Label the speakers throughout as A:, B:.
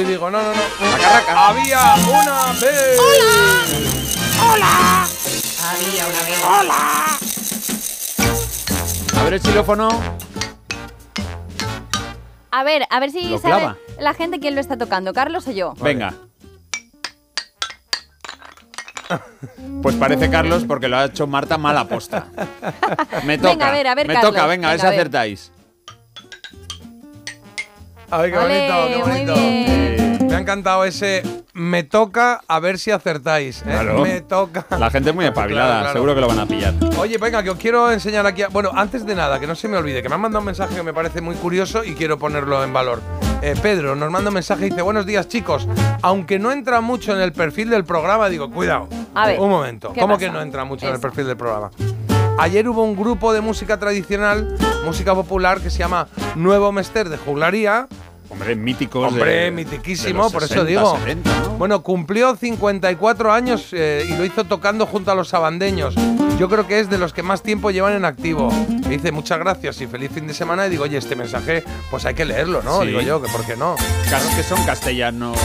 A: y digo, no, no, no. Había una vez.
B: ¡Hola! Había una vez. ¡Hola!
C: A ver el xilófono.
D: A ver, a ver si
C: Lo
D: sabe
C: clava.
D: la gente quién lo está tocando, Carlos o yo.
C: Venga. Pues parece Carlos porque lo ha hecho Marta mala aposta. Me toca.
D: Venga, a ver, a ver,
C: me
D: Carlos.
C: toca, venga, a ver si
D: Venga, a ver.
C: acertáis.
A: A ver, qué
D: Ole,
A: bonito, qué
D: muy
A: bonito.
D: bien.
A: Me ha encantado ese. Me toca a ver si acertáis. ¿eh?
C: Claro.
A: Me toca.
C: La gente es muy espabilada,
A: Claro, claro.
C: seguro que lo van a pillar.
A: Oye, venga, que os quiero enseñar aquí. a- Bueno, antes de nada, que no se me olvide, que me han mandado un mensaje que me parece muy curioso y quiero ponerlo en valor. Eh, Pedro nos manda un mensaje y dice: Buenos días, chicos. Aunque no entra mucho en el perfil del programa, digo, cuidado.
D: A ver,
A: Un momento.
D: ¿qué
A: ¿Cómo
D: pasa?
A: que no entra mucho en el
D: Eso.
A: perfil del programa? Ayer hubo un grupo de música tradicional, música popular, que se llama Nuevo Mester de Juglaría.
C: Hombre, míticos.
A: Hombre,
C: de- de
A: mitiquísimo,
C: los
A: por
C: 60,
A: eso digo.
C: 70, ¿no?
A: Bueno, cumplió 54 años eh, y lo hizo tocando junto a los sabandeños. Yo creo que es de los que más tiempo llevan en activo. Me dice muchas gracias y feliz fin de semana. Y digo, oye, este mensaje, pues hay que leerlo, ¿no?
C: Sí.
A: Digo yo, que por qué no.
C: Claro que son castellanos.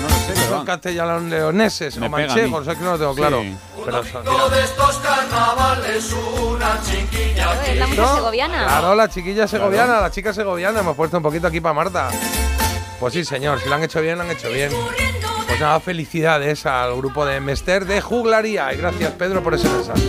C: No lo sé,
A: Son
C: pero van.
A: castellanos leoneses
C: Me
A: o
C: pega a
A: manchegos,
C: mí.
A: es que no lo tengo
C: Sí.
A: claro. Pero son- mira.
D: Joder, la música
A: ¿No?
D: segoviana.
A: Claro, la chiquilla segoviana, la chica segoviana. Hemos puesto un poquito aquí para Marta. Pues sí, señor, si lo han hecho bien, lo han hecho bien. Pues nada, felicidades al grupo de Mester de Juglaría. Y gracias, Pedro, por ese mensaje.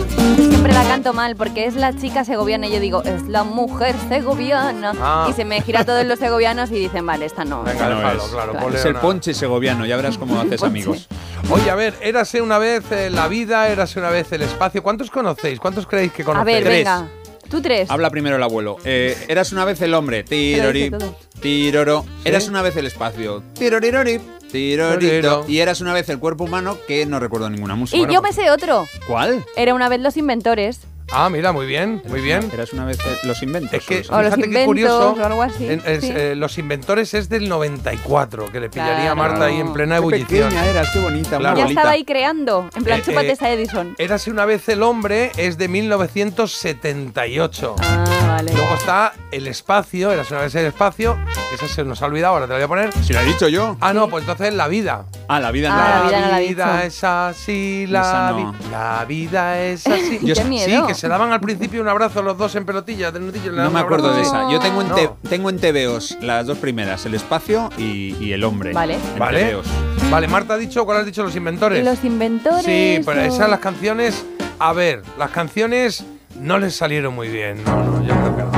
D: Siempre la canto mal porque es la chica segoviana y yo digo, es la mujer segoviana.
A: Ah.
D: Y se me gira a todos los segovianos y dicen, vale, esta no.
A: Venga,
C: No
A: déjalo,
C: es.
A: claro.
D: Claro.
A: ponle
C: Es el
A: una-
C: ponche segoviano, ya verás cómo haces
D: Ponche.
C: amigos.
A: Oye, a ver, érase una vez eh, la vida, érase una vez el espacio. ¿Cuántos conocéis? ¿Cuántos creéis que
D: A
A: conocéis?
D: ver,
C: Tres.
D: venga. Tú tres.
C: Habla primero el abuelo. Eh, eras una vez el hombre. Tirori.
D: Pero dice todo.
C: Tiroro. Eras una vez el espacio. Tirorirori.
A: Tiroriro.
C: Tirorito. Y eras una vez el cuerpo humano que no recuerdo ninguna música.
D: y
C: Bueno, pues,
D: yo
A: pues.
D: me sé otro.
C: ¿Cuál?
D: Era una vez los inventores.
A: Ah, mira, muy bien, muy bien.
C: Eras una vez eh, los inventos.
A: Es que,
C: o
D: O
C: sea.
D: los
A: fíjate qué
D: inventos,
A: curioso.
D: o algo así,
A: en- es,
D: sí.
A: eh, los inventores es del 94, que le pillaría a
D: Claro.
A: Marta ahí en plena
C: Qué
A: ebullición.
C: pequeña eras, qué bonita.
A: Claro.
C: muy
D: ya
C: bonita.
D: estaba ahí creando. En plan,
A: Eh,
D: chúpate
A: eh,
D: esa Edison.
A: Érase una vez el hombre es de 1978.
D: ah, vale.
A: Luego está el espacio, érase una vez el espacio. Esa se nos ha olvidado, ahora te la voy a poner.
C: Si lo he dicho yo.
A: Ah, no, pues entonces la vida.
C: Ah, la vida
D: Ah,
C: en la-
D: la vida no la he dicho.
A: es así,
C: Esa
A: la,
C: no.
A: vi- la vida es así.
D: Yo- Qué
A: sí,
D: miedo.
A: que se daban al principio un abrazo los dos en pelotillas. de nutillo,
C: No
A: le daban
C: me
A: un
C: acuerdo
A: abrazo
C: de
A: así.
C: esa. Yo tengo en,
A: No.
C: te- tengo en TVOs las dos primeras, el espacio y, y el hombre.
D: Vale.
C: En
A: Vale,
C: TVOs.
A: vale, Marta ha dicho, ¿cuál has dicho? Los
D: Y
A: inventores.
D: los inventores.
A: sí, pero
D: o-
A: esas las canciones. A ver, las canciones no les salieron muy bien. No, no, yo creo que no.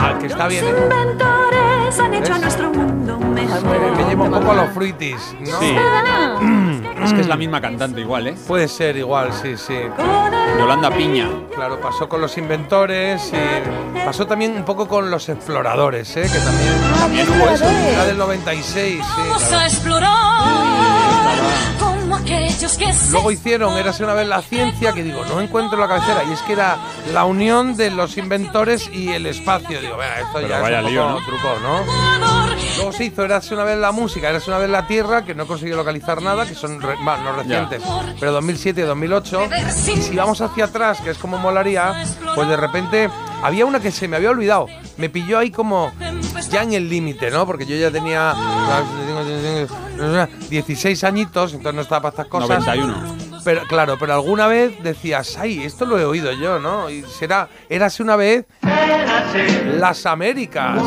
A: Al que está bien. ¿eh?
E: inventores han hecho a nuestro mundo
A: Me,
E: mejor.
A: me lleva un poco a los fruitis, ¿no?
C: Sí.
D: Ah,
C: Es que es la misma cantante igual, ¿eh?
A: Puede ser igual, sí, sí.
C: Yolanda Piña.
A: Claro, pasó con los inventores y pasó también un poco con los exploradores, ¿eh? que también, también hubo eso.
D: exploradores.
A: Era del 96, sí.
E: Vamos a explorar como aquellos que se
A: Luego hicieron, érase una vez la ciencia, que digo, no encuentro la cabecera, y es que era la unión de los inventores y el espacio. Digo, venga, esto
C: Pero
A: ya
C: vaya
A: es un
C: lío,
A: poco
C: ¿no?
A: truco, ¿no? Luego se hizo, érase una vez la música, érase una vez la tierra, que no he conseguido localizar nada, que son re- más, no recientes, pero 2007 y 2008. Y si vamos hacia atrás, que es como molaría, pues de repente había una que se me había olvidado. Me pilló ahí como ya en el límite, ¿no? Porque yo ya tenía 16 añitos, entonces no estaba para estas cosas.
C: 91.
A: Pero claro, pero alguna vez decías, ay, esto lo he oído yo, ¿no? Y será, érase una vez las Américas.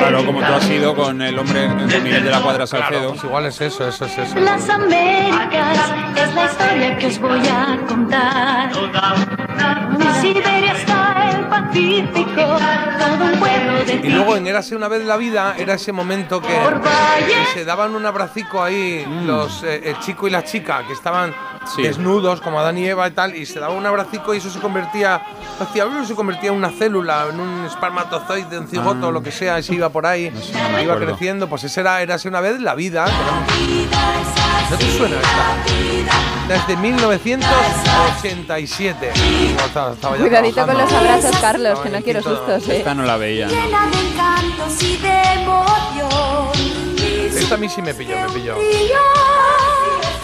C: Claro, como tú has sido con el hombre con Miguel de la Cuadra
A: Claro,
C: Salcedo.
A: pues igual es eso, eso es eso.
F: Las Américas es la historia que os voy a contar. De Siberia hasta el Pacífico, todo un pueblo de
A: Y luego en Érase una vez la vida era ese momento que, que se daban un abracico ahí los eh, el chico y la chica que estaban
C: Mm. Sí.
A: desnudos como Adán y Eva y tal y se daban un abracico y eso se convertía hacía se convertía en una célula en un espermatozoide un cigoto lo que sea y se iba por ahí
C: sé, Ah. no me
A: iba
C: acuerdo.
A: creciendo pues esa era Érase una vez la vida que era un- ¿no te suena esta? desde 1987 Como estaba- estaba ya
D: Cuidadito con
A: trabajando.
D: los abrazos, Carlos,
A: Estaba
D: que no
A: en
D: quiero
A: quinto-
D: sustos, eh.
C: Esta no la veía. ¿no?
E: llena de encantos y de emoción.
A: Esta a mí sí me pilló, me pilló.
E: Brillo,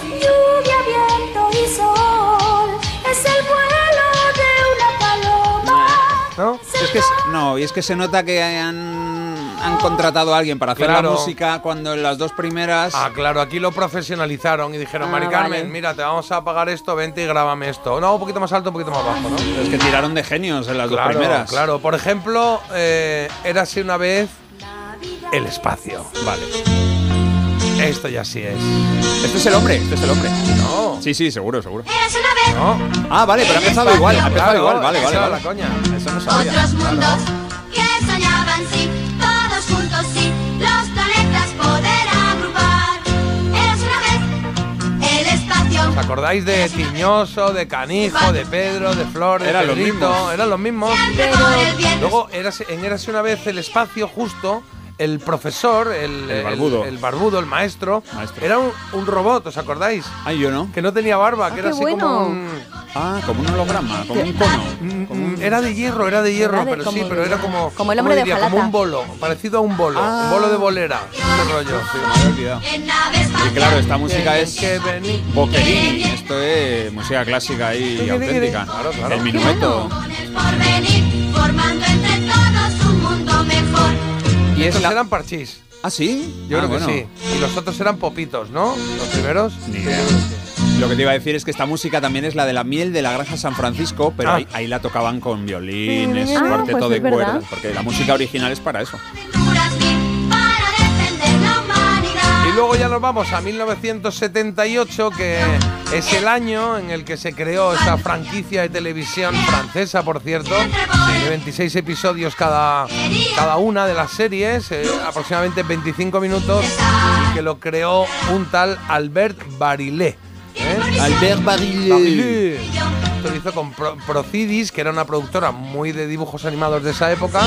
E: lluvia, viento y sol. Es el vuelo de una paloma.
A: ¿No?
C: Es que es- no, y es que se nota que han han contratado a alguien para hacer la
A: Claro.
C: música cuando en las dos primeras.
A: Ah, claro, aquí lo profesionalizaron y dijeron,
D: Ah,
A: Mari Carmen,
D: vale.
A: mira, te vamos a pagar esto, vente y grábame esto. No, un poquito más alto, un poquito más bajo, ¿no?
C: Es que tiraron de genios en las dos
A: Claro,
C: primeras.
A: claro. Por ejemplo, eh, era así una vez el espacio.
C: Vale.
A: Esto ya sí es.
C: Este es el hombre, este es el hombre.
A: No,
C: Sí, sí, seguro, seguro.
E: Eras una vez
A: no.
C: Ah, vale, pero ha empezado igual. Ha empezado
A: Claro,
C: igual, vale,
A: esa
C: vale.
A: era
C: vale.
A: la coña.
C: Eso no sabía.
E: otros mundos que soñaban sí, todos juntos sí, los planetas poder agrupar. Eras una vez el espacio.
A: ¿Os acordáis de Tiñoso, de Canijo, de Pedro, de Flor, de
C: Eran los
A: Pedrito?
C: mismos.
A: Eran los mismos.
E: Siempre por el bien.
A: Luego, érase- en Érase una vez el espacio justo, el profesor, el,
C: El barbudo.
A: el, barbudo, el maestro,
C: Maestro.
A: era un, un robot, ¿os acordáis?
C: Ay, yo no.
A: Que no tenía barba, que
D: Ah,
A: era
D: qué
A: así
D: bueno.
A: como un...
C: Ah, como un holograma, como un cono.
A: Mm, mm, Era de hierro, era de hierro,
D: Era de-
A: pero sí,
D: como
A: pero
D: de-
A: era como.
D: como el
A: ¿cómo
D: hombre de
A: diría? Como
D: hojalata.
A: un bolo, parecido a un bolo,
C: Ah.
A: un bolo de bolera. Ese rollo, sí.
C: Me había olvidado.
E: En nave
C: Y
E: espacial.
C: claro, esta música
A: Tienen
C: es
A: que venir.
C: Boquerini. Esto es música clásica y
A: tiene,
C: auténtica.
A: tiene. Claro, claro.
C: El minueto.
E: Con el porvenir, formando entre todos un mundo mejor.
C: Y es
A: Estos
C: la...
A: eran parchís,
C: Ah, sí.
A: yo
C: Ah,
A: creo que
C: bueno.
A: sí. Y los otros eran popitos, ¿no? Los primeros.
C: Ni
A: Sí,
C: idea.
A: yo creo que sí.
C: Lo que te iba a decir es que esta música también es la de la miel de la granja San Francisco, pero
A: Ah.
C: ahí, ahí la tocaban con violines,
D: Ah,
C: cuarteto
D: pues
C: de
D: es verdad.
C: cuerdas, porque la música original es para eso.
E: Aventuras mil para defender la humanidad.
A: Y luego ya nos vamos a 1978, que es el año en el que se creó esta franquicia de televisión francesa, por cierto, de 26 episodios cada, cada una de las series, eh, aproximadamente 25 minutos, y que lo creó un tal Albert Barillet. ¿eh?
C: Albert
A: Barillet. Esto lo hizo con Pro- Procidis, que era una productora muy de dibujos animados de esa época,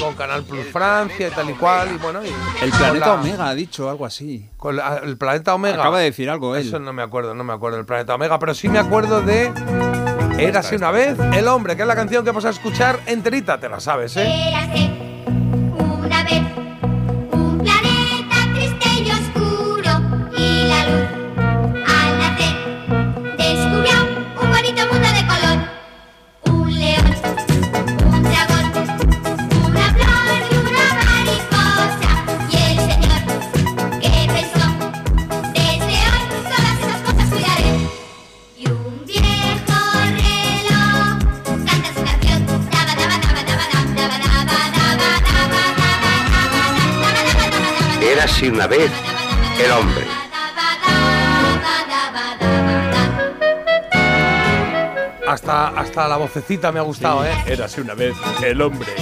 A: con Canal Plus Francia y tal y cual, y bueno... y-
C: El
A: con
C: planeta
A: la-
C: Omega ha dicho algo así.
A: con la- el planeta Omega.
C: Acaba de decir algo él.
A: Eso no me acuerdo, no me acuerdo del planeta Omega, pero sí me acuerdo de Era así una vez el hombre, que es la canción que vamos a escuchar enterita, te la sabes, ¿eh?
G: Érase una vez un planeta triste y oscuro y la luz al nacer descubrió un bonito mundo de color. Un león, un dragón, una flor y una mariposa. Y el señor que pensó, desde hoy todas esas cosas cuidaré. Y un viejo reloj canta su canción. Daba, daba, daba, daba, daba, daba, daba, daba, daba, daba, daba, daba,
H: Era así una vez el hombre.
A: Hasta, hasta la vocecita me ha gustado, ¿eh?
C: Érase una vez el hombre.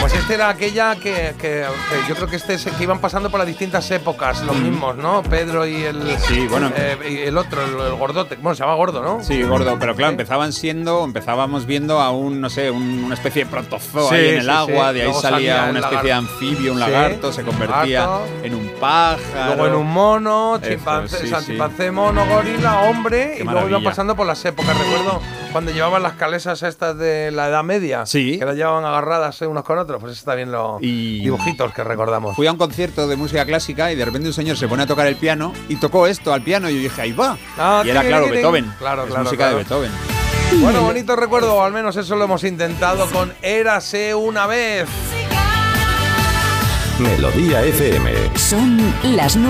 A: Pues esta era aquella que, que- que yo creo que este se- que iban pasando por las distintas épocas, los mismos, ¿no? Pedro y el,
C: Mm. Sí, bueno.
A: eh, y el otro, el, el gordote. Bueno, se llama gordo, ¿no?
C: Sí, gordo, pero claro, empezaban siendo, empezábamos viendo a un, no sé, un- una especie de protozoa ahí
A: Sí,
C: en el
A: sí,
C: agua,
A: sí.
C: de ahí
A: Luego
C: salía
A: salía
C: una
A: el
C: especie de
A: lagarto.
C: anfibio, un
A: Sí,
C: lagarto, se convertía
A: lagarto.
C: en un pájaro.
A: Luego en un mono, chimpancé,
C: sí,
A: o
C: sí.
A: sea, chimpancé, mono, gorila, hombre,
C: Qué
A: y luego iban
C: maravilla.
A: pasando por las épocas. Recuerdo cuando llevaban las calesas estas de la Edad Media,
C: Sí.
A: que las llevaban agarradas eh, unos con otros, pues eso también los
C: Y-
A: dibujitos que recordamos.
C: Fui a un concierto de música clásica y de repente un señor se pone a tocar el piano y tocó esto al piano y yo dije, ahí va.
A: Ah,
C: y era,
A: tirin,
C: claro,
A: tirin.
C: Beethoven.
A: Claro,
C: es
A: claro,
C: música
A: claro.
C: de Beethoven.
A: Bueno, bonito recuerdo, o al menos eso lo hemos intentado con Érase una vez.
H: Melodía FM.
B: Son las